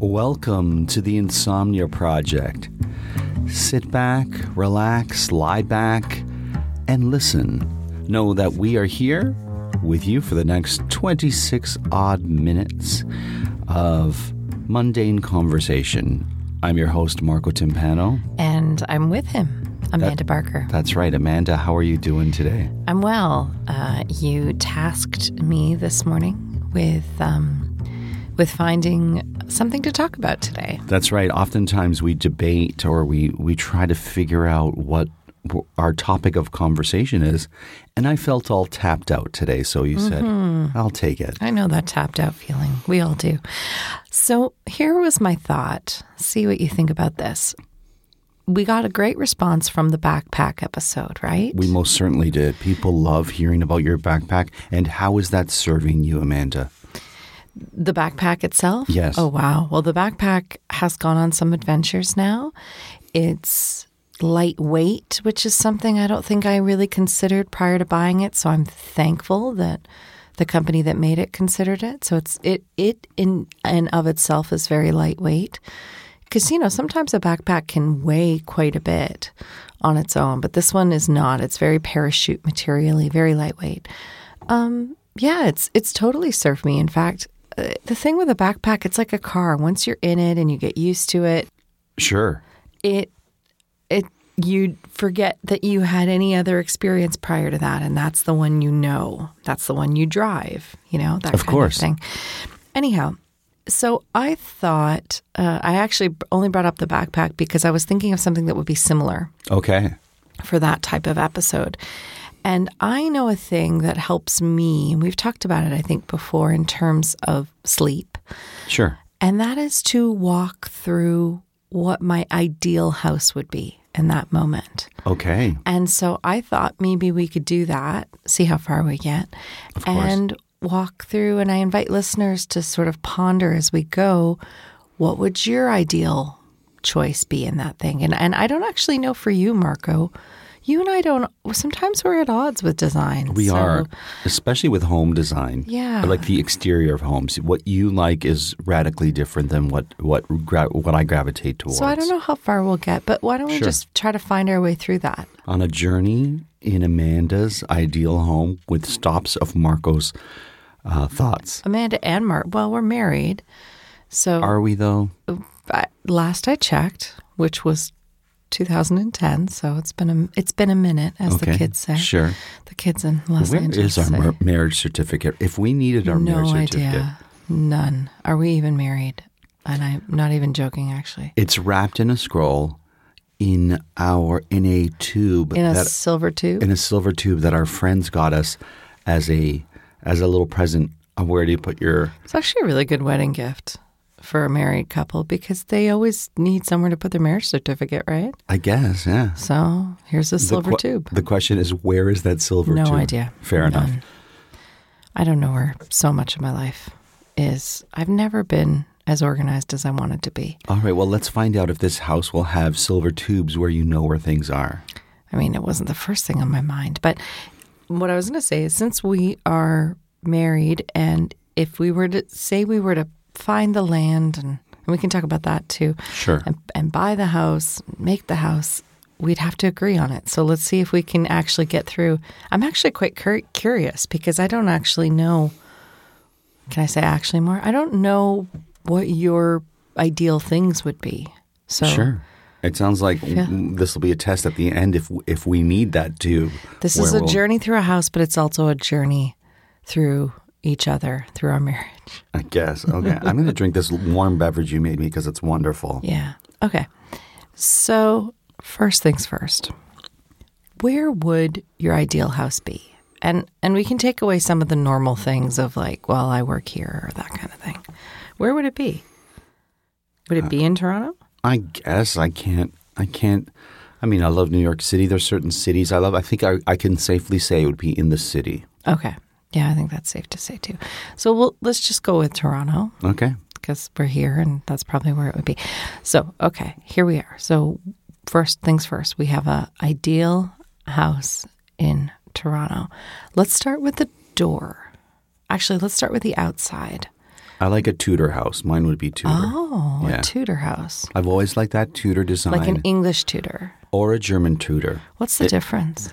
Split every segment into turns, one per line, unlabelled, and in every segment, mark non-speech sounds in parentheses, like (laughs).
Welcome to the Insomnia Project. Sit back, relax, lie back, and listen. Know that we are here with you for the next 26 odd minutes of mundane conversation. I'm your host, Marco Timpano.
And I'm with him, Amanda
That-
Barker.
That's right, Amanda. How are you doing today?
I'm well. Uh, you tasked me this morning with um, with finding something to talk about today.
That's right. Oftentimes we debate or we, we try to figure out what w- our topic of conversation is. And I felt all tapped out today. So you said, I'll take it.
Mm-hmm. I know that tapped out feeling. We all do. So here was my thought. See what you think about this. We got a great response from the backpack episode, right?
We most certainly did. People love hearing about your backpack. And how is that serving you, Amanda?
The backpack itself?
Yes.
Oh, wow. Well, the backpack has gone on some adventures now. It's lightweight, which is something I don't think I really considered prior to buying it. So I'm thankful that the company that made it considered it. So it's it it in and of itself is very lightweight. Because you know sometimes a backpack can weigh quite a bit on its own, but this one is not. It's very parachute materially, very lightweight. Um, yeah, it's it's totally served me. In fact, uh, the thing with a backpack, it's like a car. Once you're in it and you get used to it,
Sure.
it it you forget that you had any other experience prior to that, and that's the one you know. That's the one you drive. You know that
Of
kind
course.
of thing. Anyhow. So I thought uh, I actually only brought up the backpack because I was thinking of something that would be similar
Okay.
for that type of episode. And I know a thing that helps me, and we've talked about it, I think, before in terms of sleep,
Sure.
and that is to walk through what my ideal house would be in that moment.
Okay.
And so I thought maybe we could do that, see how far we get,
course.
and walk through. And I invite listeners to sort of ponder as we go what would your ideal choice be in that thing? And, and I don't actually know for you, Marco. You and I don't, sometimes we're at odds with design.
We
So-
are, especially with home design.
Yeah.
Like the exterior of homes. What you like is radically different than what what gra- what I gravitate towards.
So I don't know how far we'll get, but why don't we
Sure.
just try to find our way through that?
On a journey in Amanda's ideal home with stops of Marco's uh, thoughts.
Amanda and Mark, well, we're married. So
Are we though?
I- last I checked, which was 2010, so it's been a it's been a minute, as the kids say.
Sure.
The kids in Los
Where is
Angeles.
our
say.
mar- marriage certificate? If we needed our
no
marriage
idea.
certificate,
None. Are we even married? And I'm not even joking, actually.
it's wrapped in a scroll in our in a tube
In a
that
silver tube.
in a silver tube that our friends got us as a as a little present. Uh, Where do you put your?
it's actually a really good wedding gift for a married couple because they always need somewhere to put their marriage certificate, right?
I guess yeah.
So here's a
The
silver
que-
tube.
The question is, where is that silver
No
tube?
idea.
Fair
None.
enough.
I don't know where so much of my life is. I've never been as organized as I wanted to be.
All right. Well, let's find out if this house will have silver tubes where you know where things are.
I mean, it wasn't the first thing on my mind. But what I was going to say is since we are married, and if we were to say we were to find the land, and, and we can talk about that too,
Sure.
and, and buy the house, make the house, we'd have to agree on it. So let's see if we can actually get through. I'm actually quite cur- curious because I don't actually know. Can I say actually more? I don't know what your ideal things would be. So
Sure. It sounds like
Yeah.
this will be a test at the end if if we need that to.
this is
where
a
we'll-
journey through a house, but it's also a journey through each other, through our marriage.
I guess. Okay. I'm going to drink this warm beverage you made me because it's wonderful.
Yeah. Okay. So, first things first. Where would your ideal house be? And and we can take away some of the normal things of like, well, I work here or that kind of thing. Where would it be? Would it be in Toronto?
I guess I can't. I can't. I mean, I love New York City. There's certain cities I love. I think I, I can safely say it would be in the city.
Okay. Yeah, I think that's safe to say too. So we'll let's just go with Toronto.
Okay.
because we're here and that's probably where it would be. So, okay, here we are. So, first things first, we have a ideal house in Toronto. Let's start with the door. Actually, let's start with the outside.
I like a Tudor house. Mine would be Tudor.
Oh,
Yeah.
a Tudor house,
I've always liked that Tudor design
like an English Tudor.
or a German Tudor.
What's the difference?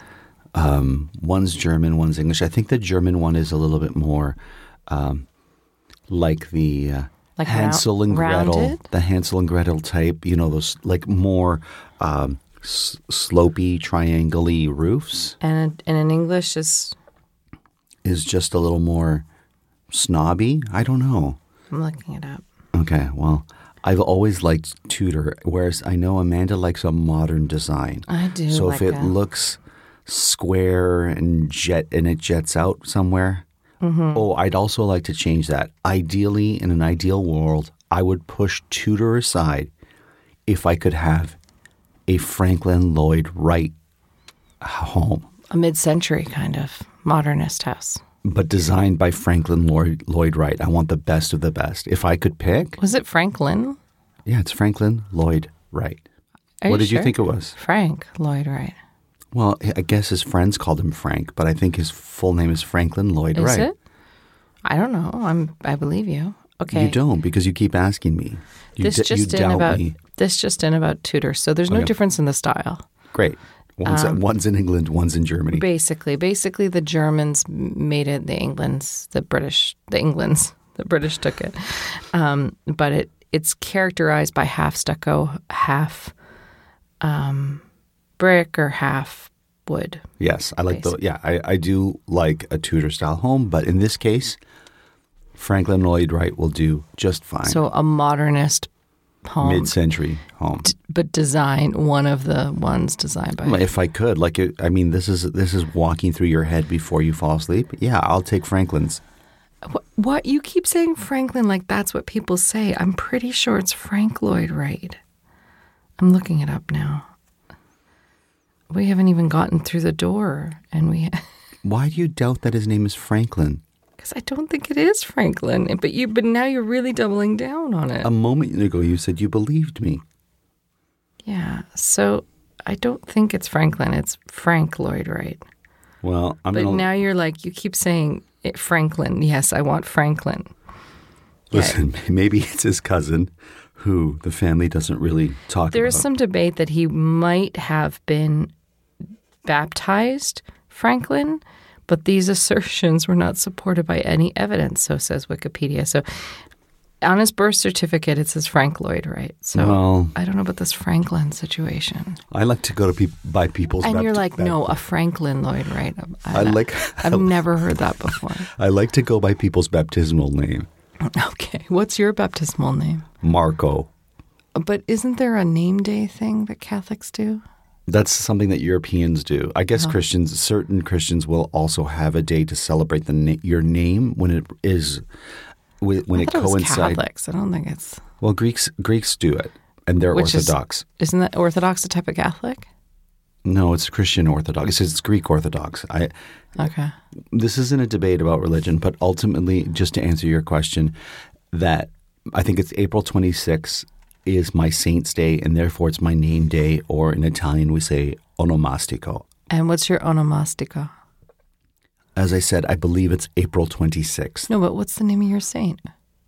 Um, one's German, one's English. I think the German one is a little bit more um, like the uh,
Like
Hansel
rou-
and Gretel,
rounded?
the Hansel and Gretel type. You know, those like more um, s- slopey, triangle-y roofs
And and an English is
is just a little more snobby. I don't know.
I'm looking it up.
Okay, well, I've always liked Tudor, whereas I know Amanda likes a modern design.
I do
So if
like
it
a-
looks square and jet and it jets out somewhere,
Mm-hmm.
oh, I'd also like to change that. Ideally, in an ideal world, I would push Tudor aside if I could have a Franklin Lloyd Wright home,
A mid-century kind of modernist house.
but designed by Franklin Lloyd, Lloyd Wright. I want the best of the best. If I could pick,
Was it Franklin?
yeah, it's Franklin Lloyd Wright.
Are
what did you
sure?
think it was?
Frank Lloyd Wright.
Well, I guess his friends called him Frank, but I think his full name is Franklin Lloyd
Is
Wright.
it? I don't know. I'm. I believe you. Okay.
You don't because you keep asking me. You,
This
d- you
just in
doubt
about
me.
this just in about Tudor. So there's no
Okay.
difference in the style.
Great. One's,
um,
one's in England, one's in Germany.
Basically, basically the Germans m- made it. The England's, the British, the England's, (laughs) the British took it. Um, but it it's characterized by half stucco, half um, brick, or half wood.
yes, I like the yeah. I, I do like a Tudor style home, but in this case, Franklin Lloyd Wright will do just fine.
So um, a modernist home,
mid-century home.
but design one of the ones designed by.
If I could, like, it, I mean, this is this is walking through your head before you fall asleep. Yeah, I'll take Franklin's.
What, what you keep saying Franklin like that's what people say. I'm pretty sure it's Frank Lloyd Wright. I'm looking it up now. We haven't even gotten through the door and we (laughs)
Why do you doubt that his name is Franklin?
cuz I don't think it is Franklin, but you but now you're really doubling down on it.
A moment ago, you said you believed me.
yeah. So I don't think it's Franklin, it's Frank Lloyd Wright.
Well, I'm
But
gonna
now you're like you keep saying it, Franklin. Yes, I want Franklin.
(laughs) listen. Maybe it's his cousin, who the family doesn't really talk
There's
about.
some debate that he might have been baptized Franklin, but these (laughs) assertions were not supported by any evidence, so says Wikipedia. So on his birth certificate, it says Frank Lloyd, right? So
Well-
I don't know about this Franklin situation.
I like to go to peop by people's.
And you're
bapt-
like,
bapt-
no, a Franklin Lloyd, right? I'm-
I
I'm-
like.
(laughs) I've never heard that before. (laughs)
I like to go by people's baptismal name,
Okay. What's your baptismal name?
Marco.
But isn't there a name day thing that Catholics do?
That's something that Europeans do. I
Uh-huh.
guess Christians, certain Christians, will also have a day to celebrate the na- your name when it is when, when
I
it
thought was
coincides.
Catholics. I don't think it's.
well, Greeks Greeks do it, and they're
Which is-
Orthodox.
Isn't that Orthodox a type of Catholic?
no, it's Christian Orthodox. It's, it's Greek Orthodox. I
Okay.
this isn't a debate about religion, but ultimately, just to answer your question, that I think it's April 26th is my saint's day, and therefore it's my name day, or in Italian we say onomastico.
And what's your onomastica?
As I said, I believe it's April 26th.
No, but what's the name of your saint?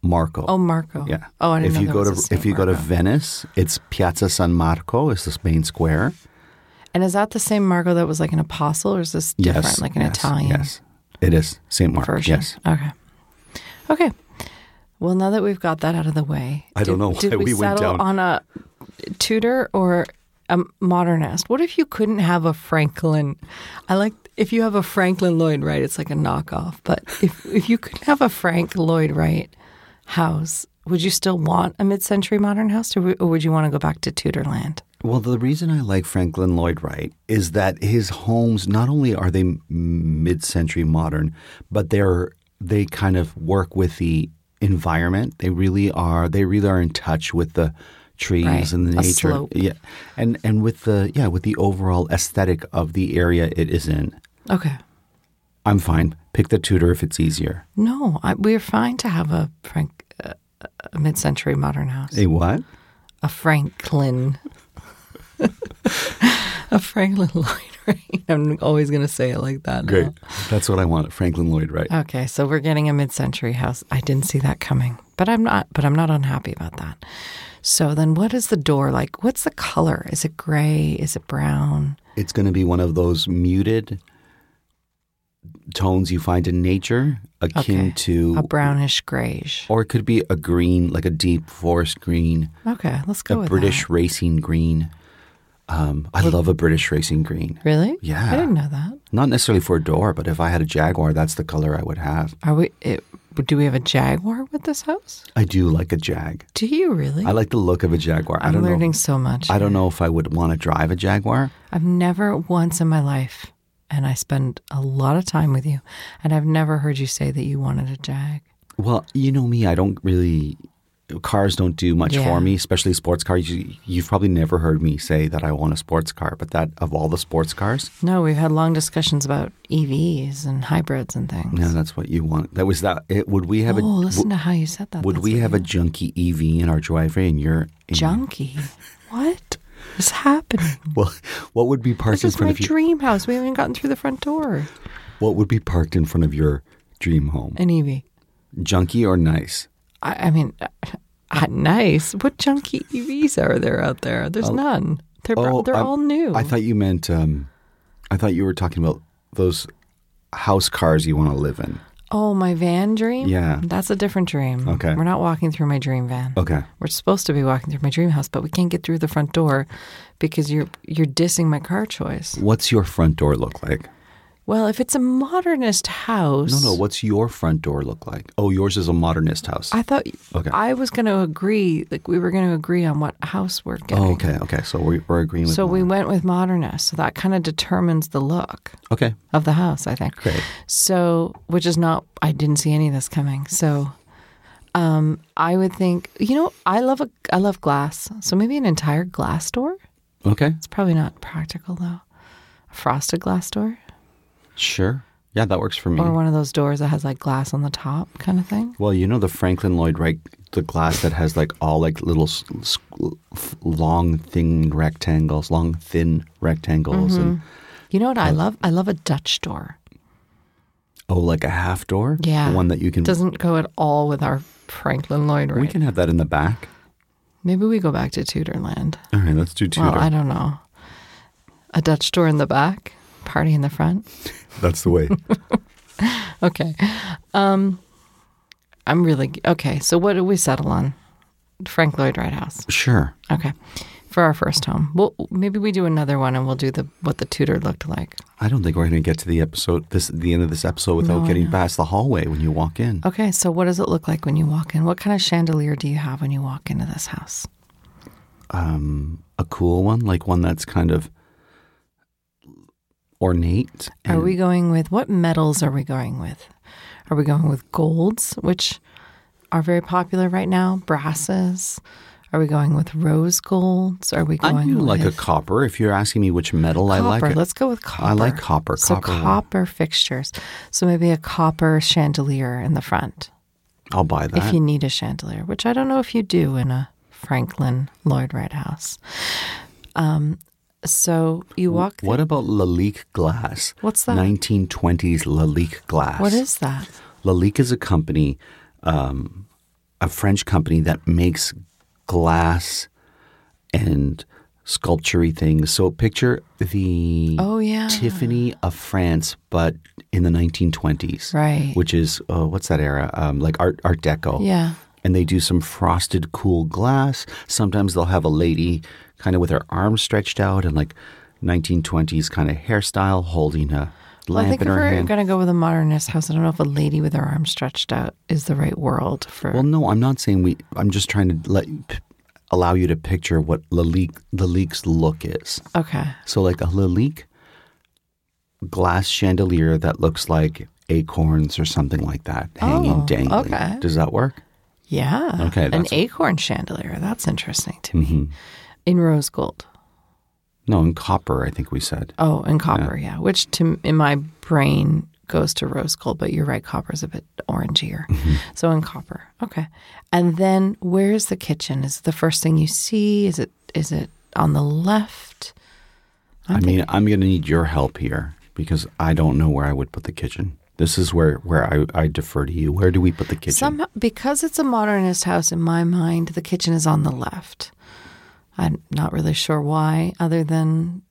Marco.
Oh, Marco.
yeah.
Oh, I didn't
if
know
you
there
go
was
to
a
if
Saint
you go to
Marco.
Venice, it's Piazza San Marco, is the main square,
And is that the same Margot that was like an apostle, or is this different,
yes,
like an
yes,
Italian
Yes, it is Saint Mark.
version?
Yes,
Okay. Okay. Well, now that we've got that out of the way,
I don't know why
did we,
we went
settle
down-
on a Tudor or a modernist? What if you couldn't have a Franklin? I like if you have a Franklin Lloyd Wright, it's like a knockoff. But if if you couldn't have a Frank Lloyd Wright house, would you still want a mid-century modern house, or w- or would you want to go back to Tudor land?
Well, the reason I like Franklin Lloyd Wright is that his homes not only are they mid-century modern, but they're they kind of work with the environment. They really are. They really are in touch with the trees
Right,
and the
a
nature.
slope.
Yeah, and and with the yeah with the overall aesthetic of the area it is in.
Okay.
I'm fine. Pick the Tudor if it's easier.
No, I, we're fine to have a Frank, a, a mid-century modern house,
A what?
a Franklin, (laughs) a Franklin Lloyd Wright. I'm always going to say it like that. now.
That's what I want. Franklin Lloyd Wright.
Okay, so we're getting a mid-century house. I didn't see that coming, but I'm not. But I'm not unhappy about that. So then, what is the door like? What's the color? Is it gray? Is it brown?
it's going to be one of those muted tones you find in nature, akin
Okay,
to,
a brownish grayish.
or it could be a green, like a deep forest green,
Okay, let's
a
go with
British
that.
racing green. Um, I love a British racing green.
Really?
Yeah.
I didn't know that.
Not necessarily for a door, but if I had a Jaguar, that's the color I would have.
Are we? It, do we have a jaguar with this house?
I do like a Jag.
Do you really?
I like the look of a Jaguar. I
am
don't
learning
know.
so much.
I don't know if I would want to drive a Jaguar.
I've never once in my life, and I spend a lot of time with you, and I've never heard you say that you wanted a jag.
Well, you know me, I don't really cars don't do much
Yeah.
for me, especially sports cars. You, you've probably never heard me say that I want a sports car, but that of all the sports cars,
No, we've had long discussions about EVs and hybrids and things.
no, that's what you want. That was that. It, would we have
oh,
a
listen to how you said that.
would
That's
we
what
have
you-
a junky EV in our driveway? And you're in,
junkie? what is happening?
(laughs) Well, what would be parked
This
in
is my
front of you?
dream house. We haven't even gotten through the front door.
What would be parked in front of your dream home?
An EV.
Junky or nice?
I, I mean, (laughs) uh, uh, nice. What junky EVs are there out there? There's none. They're bro- they're
Oh, I'm-
all new.
I thought you meant. Um, I thought you were talking about those house cars you want to live in.
Oh, my van dream?
Yeah.
That's a different dream.
Okay.
We're not walking through my dream van.
Okay.
We're supposed to be walking through my dream house, but we can't get through the front door because you're you're dissing my car choice.
What's your front door look like?
Well, if it's a modernist
No,
house.
no. What's your front door look like? Oh, yours is a modernist house.
I thought
Okay.
I was going to agree, like we were going to agree on what house we're getting.
oh, okay, okay. So we, we're agreeing with.
So we
Mona.
went with modernist. So that kind of determines the look
Okay,
of the house, I think.
great.
So, which is not, I didn't see any of this coming. So, um, I would think, you know, I love a, I love glass. So maybe an entire glass door.
Okay,
It's probably not practical though. A frosted glass door
sure. Yeah, that works for me.
or one of those doors that has like glass on the top kind of thing.
Well, you know the Franklin Lloyd Wright, the glass that has like all like little s- s- f- long thin rectangles, long thin rectangles, and
You know what I love? I love a Dutch door.
oh, like a half door.
Mm-hmm. Yeah.
one that you can.
Doesn't go at all with our Franklin Lloyd
we
Wright.
can have that in the back.
Maybe we go back to Tudor land.
All right, let's do Tudor.
Well, I don't know. A Dutch door in the back, party in the front.
That's the
(laughs)
way.
Okay. Um I'm really okay. So what do we settle on? Frank Lloyd Wright House.
sure.
Okay. For our first home. Well, maybe we do another one and we'll do the what the Tudor looked like.
I don't think we're going to get to the episode this the end of this episode without
No, I
getting
know. Oh.
past the hallway when you walk in.
Okay, so what does it look like when you walk in? What kind of chandelier do you have when you walk into this house?
Um, a cool one, like one that's kind of ornate.
Are
and-
we going with what metals are we going with? Are we going with golds, which are very popular right now, brasses? Are we going with rose golds? Are we going
I do like a
with
copper. If you're asking me which metal I like,
copper?
it-
Let's go with copper.
I like copper.
So
Copper.
copper fixtures. So maybe a copper chandelier in the front
I'll buy that.
if you need a chandelier, which I don't know if you do in a Franklin Lloyd Wright house. Um, so you walk.
What about Lalique glass?
What's that?
1920s Lalique glass.
What is that?
Lalique is a company, um, a French company that makes glass and sculptury things. So picture the
Oh, yeah.
Tiffany of France, but in the 1920s,
Right.
Which is uh, what's that era? Um, like Art Art Deco,
Yeah.
And they do some frosted cool glass. Sometimes they'll have a lady kind of with her arms stretched out and like 1920s kind of hairstyle, holding a
Well, I
lamp
think
in
if
her
we're
hand.
going to go with a modernist house, I don't know if a lady with her arms stretched out is the right world for.
Well, no, I'm not saying we. I'm just trying to let p- allow you to picture what Lalique Lalique's look is.
okay.
So, like a Lalique glass chandelier that looks like acorns or something like that hanging
Oh,
dangling.
okay.
Does that work?
Yeah.
Okay,
An
that's-
acorn chandelier. That's interesting to me. In rose gold.
Mm-hmm. No, in copper, I think we said.
Oh, and copper. Yeah. Which to in my brain goes to rose gold, but you're right. Copper's a bit orangier. So in copper. Okay. And then where is the kitchen? Is it the first thing you see? Is it is it on the left?
i mean, I'm going to need your help here because I don't know where I would put the kitchen. This is where, where I, I defer to you. Where do we put the kitchen?
Somehow, because it's a modernist house, in my mind, the kitchen is on the left. I'm not really sure why, other than,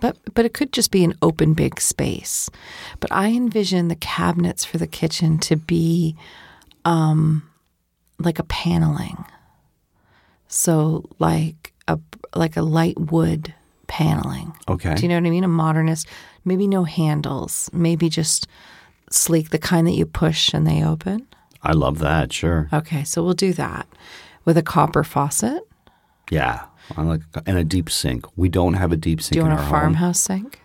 but but it could just be an open big space. But I envision the cabinets for the kitchen to be, um, like a paneling. So like a like a light wood paneling.
okay.
Do you know what I mean? A modernist, maybe no handles, maybe just sleek, the kind that you push and they open.
I love that. Sure.
Okay, so we'll do that with a copper faucet.
Yeah. I like, and a deep sink. We don't have a deep sink
do you
in
want
our
a
home.
farmhouse sink?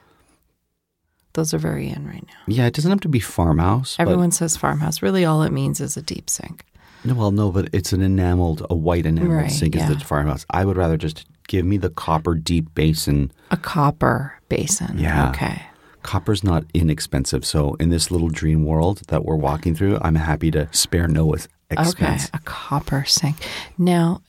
Those are very in right now.
Yeah, it doesn't have to be farmhouse. but-
Everyone says farmhouse. Really, all it means is a deep sink.
No, well, no, but it's an enameled, a white enameled
Right,
sink
yeah.
is the farmhouse. I would rather just give me the copper deep basin.
A copper basin.
Yeah.
Okay.
Copper's not inexpensive, so in this little dream world that we're walking through, I'm happy to spare no ex- expense.
Okay. A copper sink. Now,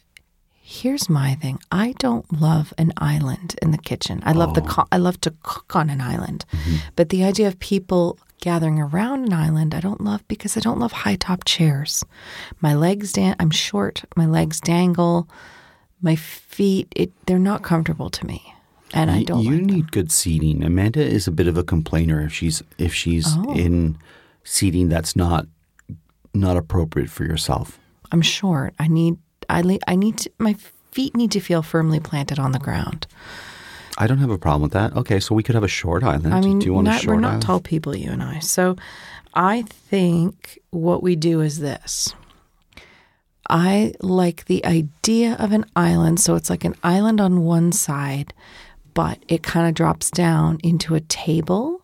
here's my thing. I don't love an island in the kitchen. I
Oh.
love the co- I love to cook on an island,
Mm-hmm.
but the idea of people gathering around an island, I don't love because I don't love high top chairs. My legs dan- I'm short. My legs dangle. My feet, it, they're not comfortable to me, and I
Y-
don't.
you
like them.
need good seating. Amanda is a bit of a complainer if she's if she's
Oh.
in seating that's not not appropriate for yourself.
I'm short. I need. I, le- I need. To, my feet need to feel firmly planted on the ground.
I don't have a problem with that. Okay, so we could have a short island.
I mean,
Do you want a
not-
short
we're not
island?
tall people, you and I. So I think what we do is this. I like the idea of an island. So it's like an island on one side, but it kind of drops down into a table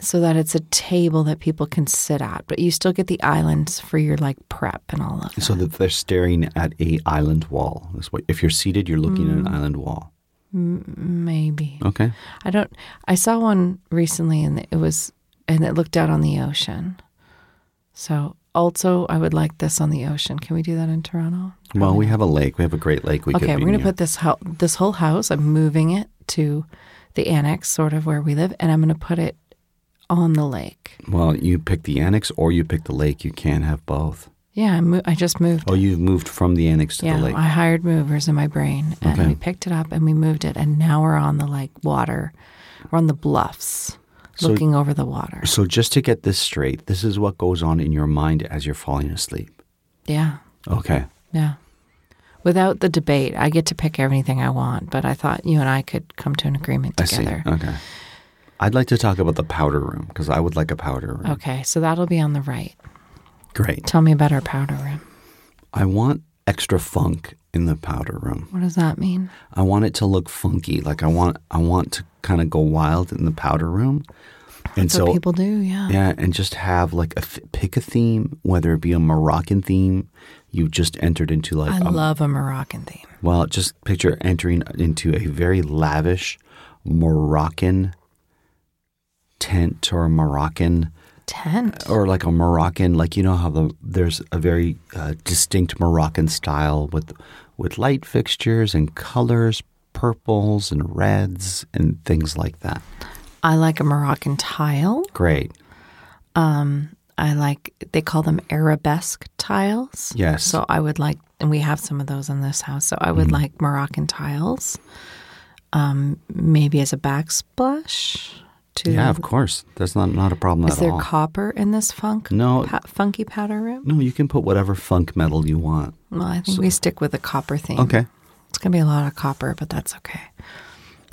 so that it's a table that people can sit at. But you still get the islands for your like prep and all of that.
So that they're staring at a island wall. That's what if you're seated, you're looking at an
Mm.
island wall.
Maybe.
Okay.
I don't. I saw one recently, and it was, and it looked out on the ocean. So also, I would like this on the ocean. Can we do that in Toronto?
Well, we have a lake. We have a great lake. We
okay,
could
we're
going
gonna put this house, this whole house. I'm moving it to the annex, sort of where we live, and I'm gonna put it on the lake.
Well, you pick the annex or you pick the lake. You can't have both.
Yeah, I, mo- I just moved.
Oh, you've moved from the annex to
yeah,
the lake.
I hired movers in my brain, and
Okay.
we picked it up and we moved it, and now we're on the like water. We're on the bluffs,
So-
looking over the water.
So just to get this straight, this is what goes on in your mind as you're falling asleep.
Yeah.
Okay.
Yeah. Without the debate, I get to pick everything I want, but I thought you and I could come to an agreement together.
I see. Okay. I'd like to talk about the powder room because I would like a powder room.
Okay, so that'll be on the right.
Great.
Tell me about our powder room.
I want extra funk in the powder room.
What does that mean?
I want it to look funky. Like I want I want to kind of go wild in the powder room. And
That's what people do, yeah.
Yeah, and just have like a th- pick a theme, whether it be a Moroccan theme. You've just entered into like um,
I
a-
love a Moroccan theme.
well, just picture entering into a very lavish Moroccan tent or a Moroccan
Tent.
or like a Moroccan like you know how the there's a very uh, distinct Moroccan style with with light fixtures and colors, purples and reds and things like that.
I like a Moroccan tile.
Great.
Um, I like they call them arabesque tiles.
Yes. Mm.
So I would like, and we have some of those in this house. So I would like Moroccan tiles. um, maybe as a backsplash. To
Yeah, of course. That's not, not a problem
um, Is
at
there
all.
copper in this funk?
No.
pa- funky powder room.
no, you can put whatever funk metal you want.
Well, I think we stick with the copper theme.
Okay.
it's gonna be a lot of copper, but that's okay.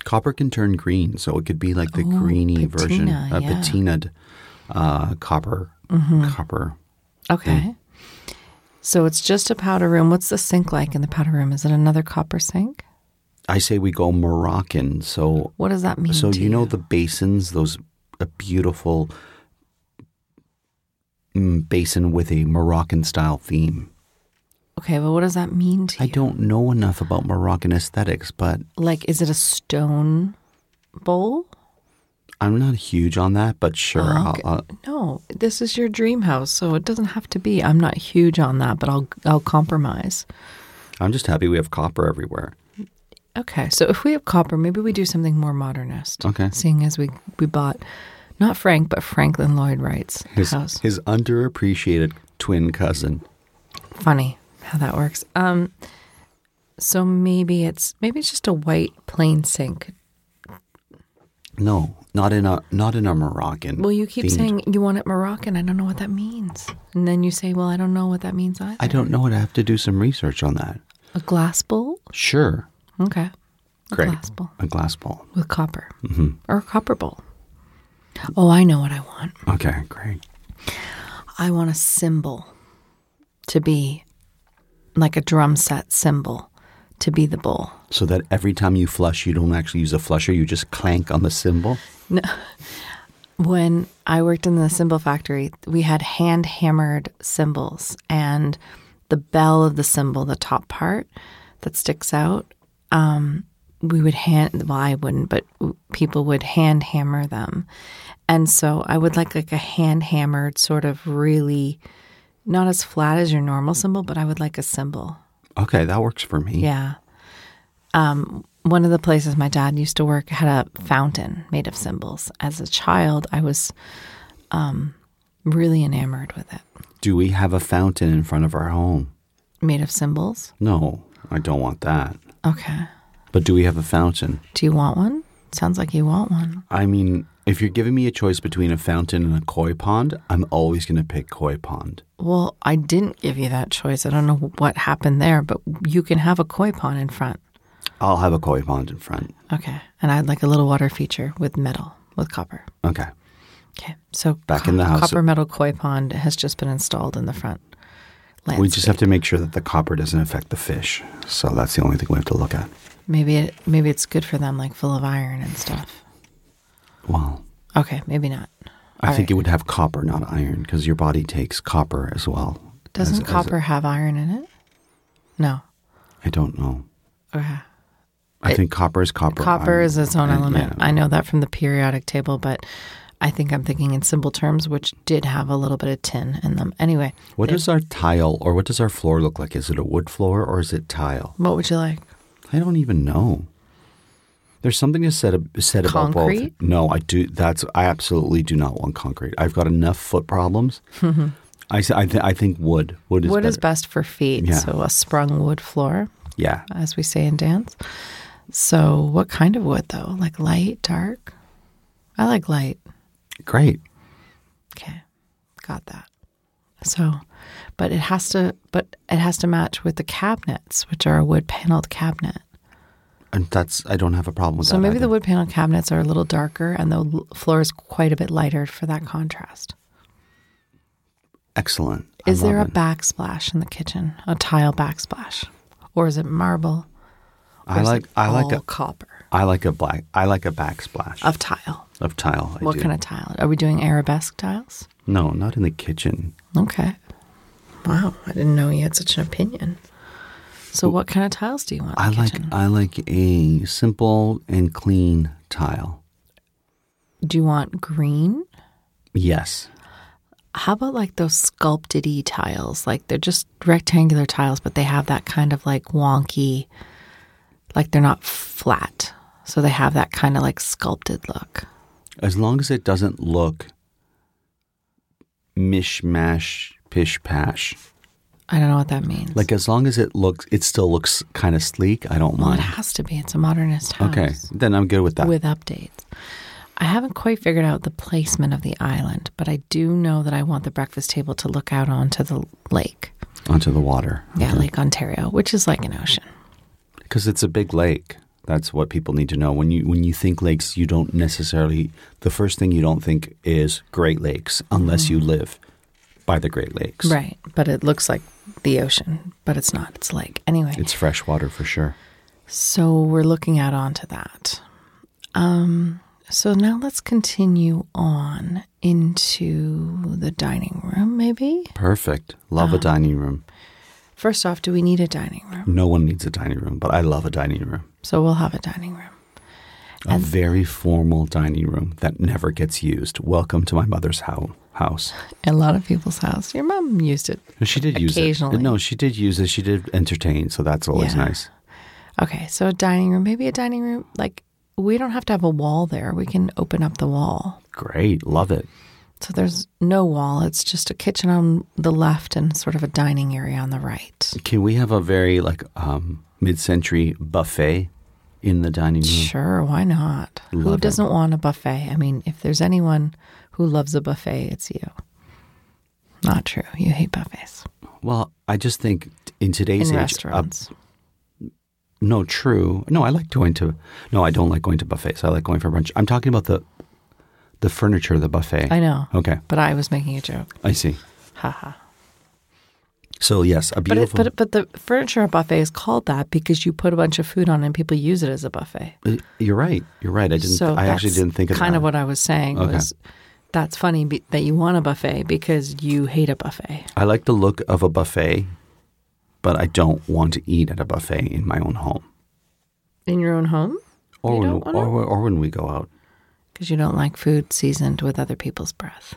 Copper can turn green, so it could be like the greeny version,
Oh, patina,
a
yeah. Mm-hmm.
patinaed uh, copper. Copper.
Okay. So it's just a powder room. What's the sink like in the powder room? Is it another copper sink?
I say we go Moroccan. So
What does that mean?
So
to
you know the basins, those a beautiful mm, basin with a Moroccan style theme.
Okay, well, what does that mean to
I
you?
don't know enough about Moroccan aesthetics, but
Like, is it a stone bowl? Uh,
I'm not huge on that. But sure,
Oh,
I'll, I'll,
No, this is your dream house, so it doesn't have to be. I'm not huge on that, but I'll I'll compromise.
I'm just happy we have copper everywhere.
Okay, so if we have copper, maybe we do something more modernist.
Okay.
seeing as we we bought not Frank but Franklin Lloyd Wright's
His
house.
his underappreciated twin cousin.
Funny how that works. Um, so maybe it's maybe it's just a white plain sink.
No, not in a not in a Moroccan.
Well, you keep
themed-
saying you want it Moroccan. I don't know what that means, and then you say, "Well, I don't know what that means either."
I don't know. what I have to do some research on that.
A glass bowl.
Sure,
Okay. A
Great. Mm-hmm.
glass bowl.
a glass bowl.
with copper or a copper bowl. Oh, I know what I want.
Okay, great.
I want a cymbal to be like a drum set cymbal to be the bowl.
So that every time you flush, you don't actually use a flusher. You just clank on the cymbal.
When I worked in the cymbal factory, we had hand hammered cymbals, and the bell of the cymbal, the top part that sticks out, um, we would hand. Well, I wouldn't, but w- people would hand hammer them, and so I would like like a hand hammered sort of really, not as flat as your normal cymbal, but I would like a cymbal.
Okay, that works for me.
Yeah. Um, one of the places my dad used to work had a fountain made of symbols. As a child, I was um, really enamored with it,
Do we have a fountain in front of our home?
made of symbols.
No, I don't want that.
Okay.
But do we have a fountain?
Do you want one? Sounds like you want one.
I mean, if you're giving me a choice between a fountain and a koi pond, I'm always going to pick koi pond.
Well, I didn't give you that choice. I don't know what happened there, but you can have a koi pond in front.
I'll have a koi pond in front.
Okay. And I'd like a little water feature with metal, with copper.
Okay.
Okay. So
Back in the house-
copper metal koi pond has just been installed in the front.
We just
landscape.
have to make sure that the copper doesn't affect the fish. So that's the only thing we have to look at.
Maybe it, maybe it's good for them, like full of iron and stuff.
Well,
Okay, maybe not.
I
All
think it
right.
would have copper, not iron, because your body takes copper as well.
doesn't
As- as-
copper have iron in it. No.
I don't know.
Okay.
I
It-
think copper is copper.
Copper
iron-
is its own
and-
element.
yeah.
I know that from the periodic table, but I think I'm thinking in simple terms, which did have a little bit of tin in them. Anyway,
What does our tile or what does our floor look like? Is it a wood floor or is it tile?
what would you like?
I don't even know. There's something to said said about both.
Concrete?
No, I do. That's I absolutely do not want concrete. I've got enough foot
(laughs)
problems. I s- I, th- I think wood. Wood is
Wood is
better.
best for feet.
Yeah.
So a sprung wood floor,
Yeah,
as we say in dance. So what kind of wood though? Like light, dark? I like light.
great.
Okay. Got that. So, but it has to but it has to match with the cabinets, which are a wood paneled cabinet.
And that's I don't have a problem with
So
that.
maybe
either.
the wood panel cabinets are a little darker and the l- floor is quite a bit lighter for that contrast.
excellent. I
Is there a
love it.
backsplash in the kitchen? A tile backsplash? Or is it marble? Or
I
is
like
it
I like
all
a
copper
I like a black I like a backsplash
of tile.
of tile. I
what
do.
kind of tile? Are we doing arabesque tiles?
No, not in the kitchen.
Okay. Wow, I didn't know you had such an opinion. So what kind of tiles do you want? in
I
the
like
kitchen?
I like a simple and clean tile.
Do you want green?
Yes.
How about like those sculpted y tiles? Like they're just rectangular tiles, but they have that kind of like wonky, like they're not flat. So they have that kind of like sculpted look.
As long as it doesn't look mishmash pish pash.
I don't know what that means.
Like as long as it looks, it still looks kind of sleek. I don't
well, it
mind.
has to be. It's a modernist house.
Okay, then I'm good with that.
with updates. I haven't quite figured out the placement of the island, but I do know that I want the breakfast table to look out onto the lake.
Onto the water.
Yeah, Lake Ontario, which is like an ocean.
because it's a big lake. That's what people need to know. When you when you think lakes, you don't necessarily the first thing you don't think is Great Lakes unless you live by the Great Lakes.
Mm-hmm. Right. But it looks like the ocean, but it's not. It's a lake. Anyway.
It's fresh water for sure.
So we're looking out onto that. Um, so now let's continue on into the dining room, maybe.
Perfect. Love
Um,
a dining room.
First off, do we need a dining room?
No one needs a dining room, but I love a dining room.
So we'll have a dining room.
A very formal dining room that never gets used. Welcome to my mother's hou- house.
A lot of people's house. Your mom used it.
She did use it.
Occasionally.
No, she did use it. She did entertain, so that's always
Yeah.
nice.
Okay, so a dining room, maybe a dining room. Like we don't have to have a wall there. We can open up the wall.
Great. Love it.
So there's no wall. It's just a kitchen on the left and sort of a dining area on the right.
Can we have a very like um, mid-century buffet in the dining room?
Sure, why not? who
Mm-hmm. Love it.
doesn't want a buffet? I mean, if there's anyone who loves a buffet, it's you. Not true. You hate buffets
Well, I just think t- in today's
in
age, uh,
restaurants.
no, true. No, I like going to. No, I don't like going to buffets. I like going for brunch. I'm talking about the the furniture of the buffet.
I know.
Okay,
But I was making a joke.
I see.
Haha.
So yes, a
But, it,
beautiful.
but it- but the furniture buffet is called that because you put a bunch of food on it and people use it as a buffet.
Uh, you're right. You're right. I didn't.
so
I actually
that's
didn't think of
kind
that.
of what I was saying
Okay.
was that's funny be, that you want a buffet because you hate a buffet.
I like the look of a buffet, but I don't want to eat at a buffet in my own home
In your own home?
or
You
when,
don't wanna-
or, or when we go out.
Because you don't like food seasoned with other people's breath.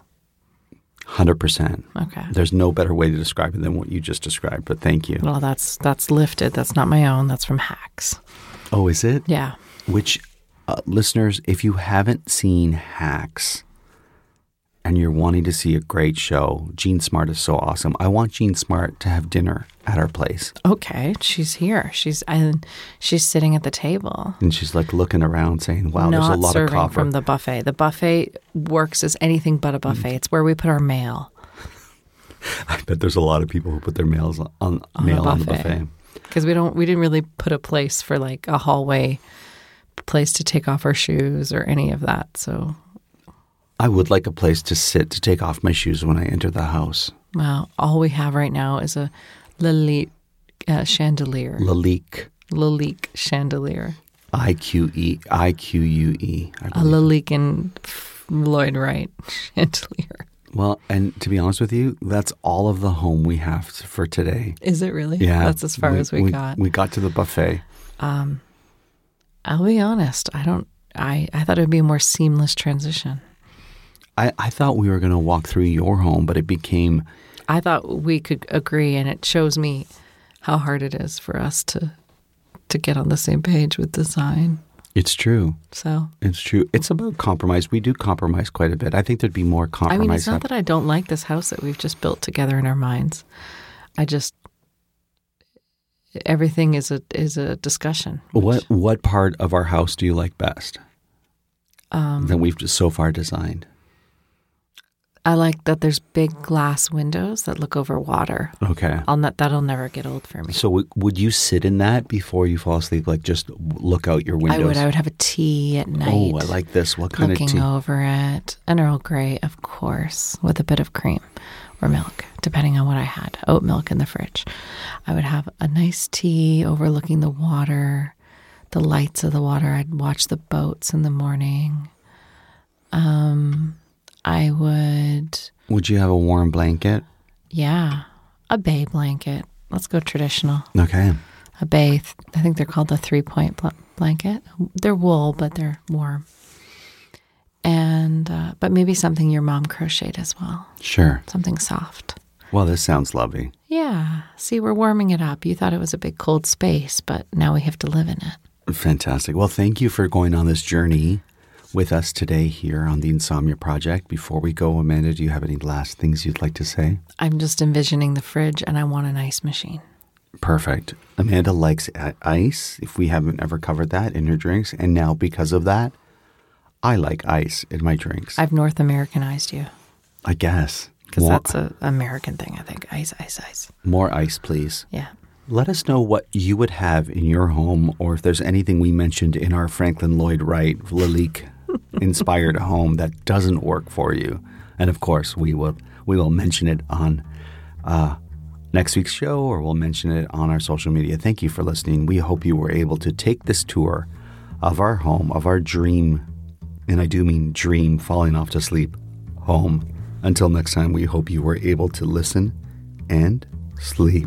Hundred percent.
Okay.
There's no better way to describe it than what you just described, but thank you.
Well, that's that's lifted. That's not my own. That's from Hacks.
Oh, is it?
Yeah.
Which, uh, listeners, if you haven't seen Hacks and you're wanting to see a great show, Gene Smart is so awesome. I want Gene Smart to have dinner at our place.
Okay. She's here. She's and she's sitting at the table.
And she's like looking around saying, wow, there's a
not
lot of
serving
copper.
from the buffet. The buffet works as anything
Mm.
but a buffet. It's where we put our mail.
(laughs) I bet there's a lot of people who put their mails on, on,
On a
mail on the
buffet.
buffet.
because we don't we didn't really put a place for like a hallway place to take off our shoes or any of that so
I would like a place to sit to take off my shoes when I enter the house.
well all we have right now is a lilique uh, chandelier
Lalique.
lilique chandelier
I Q E I Q U E. I
a
believe.
lilique and lloyd wright (laughs) chandelier
Well, and to be honest with you, that's all of the home we have t- for today.
is it really
Yeah,
that's as far as we, got
We got to the buffet.
um i'll be honest i don't i i thought it would be a more seamless transition
I, I thought we were going to walk through your home, but it became
I thought we could agree, and it shows me how hard it is for us to to get on the same page with design.
it's true.
So
It's true. It's about compromise. We do compromise quite a bit. I think there'd be more
I
compromise.
mean, it's not
hap-
that I don't like this house that we've just built together in our minds. I just everything is a is a discussion. which-
what what part of our house do you like best
Um,
that we've just so far designed?
I like that there's big glass windows that look over water.
Okay.
I'll not, that'll never get old for me.
Um, So w- would you sit in that before you fall asleep? Like just w- look out your windows.
I would I would have a tea at night.
oh, I like this. What kind
looking
of tea?
over it. An Earl Grey, of course, with a bit of cream or milk, depending on what I had. Oat milk in the fridge. I would have a nice tea overlooking the water, the lights of the water. I'd watch the boats in the morning. Um, I would,
Would you have a warm blanket?
yeah, a bay blanket. Let's go traditional.
Okay.
A bay, th- I think they're called the three point bl- blanket. They're wool, but they're warm. And, uh, but maybe something your mom crocheted as well,
Sure.
something soft.
Well, this sounds lovely.
Yeah. See, we're warming it up. You thought it was a big cold space, but now we have to live in it.
Fantastic. Well, thank you for going on this journey with us today here on the Insomnia Project. Before we go, Amanda, do you have any last things you'd like to say?
I'm just envisioning the fridge and I want an ice machine.
Perfect. Amanda likes i- ice, if we haven't ever covered that in her drinks. And now, because of that, I like ice in my drinks. I,
I've North Americanized you
guess.
because
More-
that's a American thing, I think. Ice, ice, ice.
more ice, please.
Yeah.
Let us know what you would have in your home, or if there's anything we mentioned in our Franklin Lloyd Wright Lalique inspired home that doesn't work for you. And of course, we will we will mention it on uh, next week's show, or we'll mention it on our social media. Thank you for listening. We hope you were able to take this tour of our home, of our dream, and I do mean dream, falling off to sleep home. Until next time, we hope you were able to listen and sleep.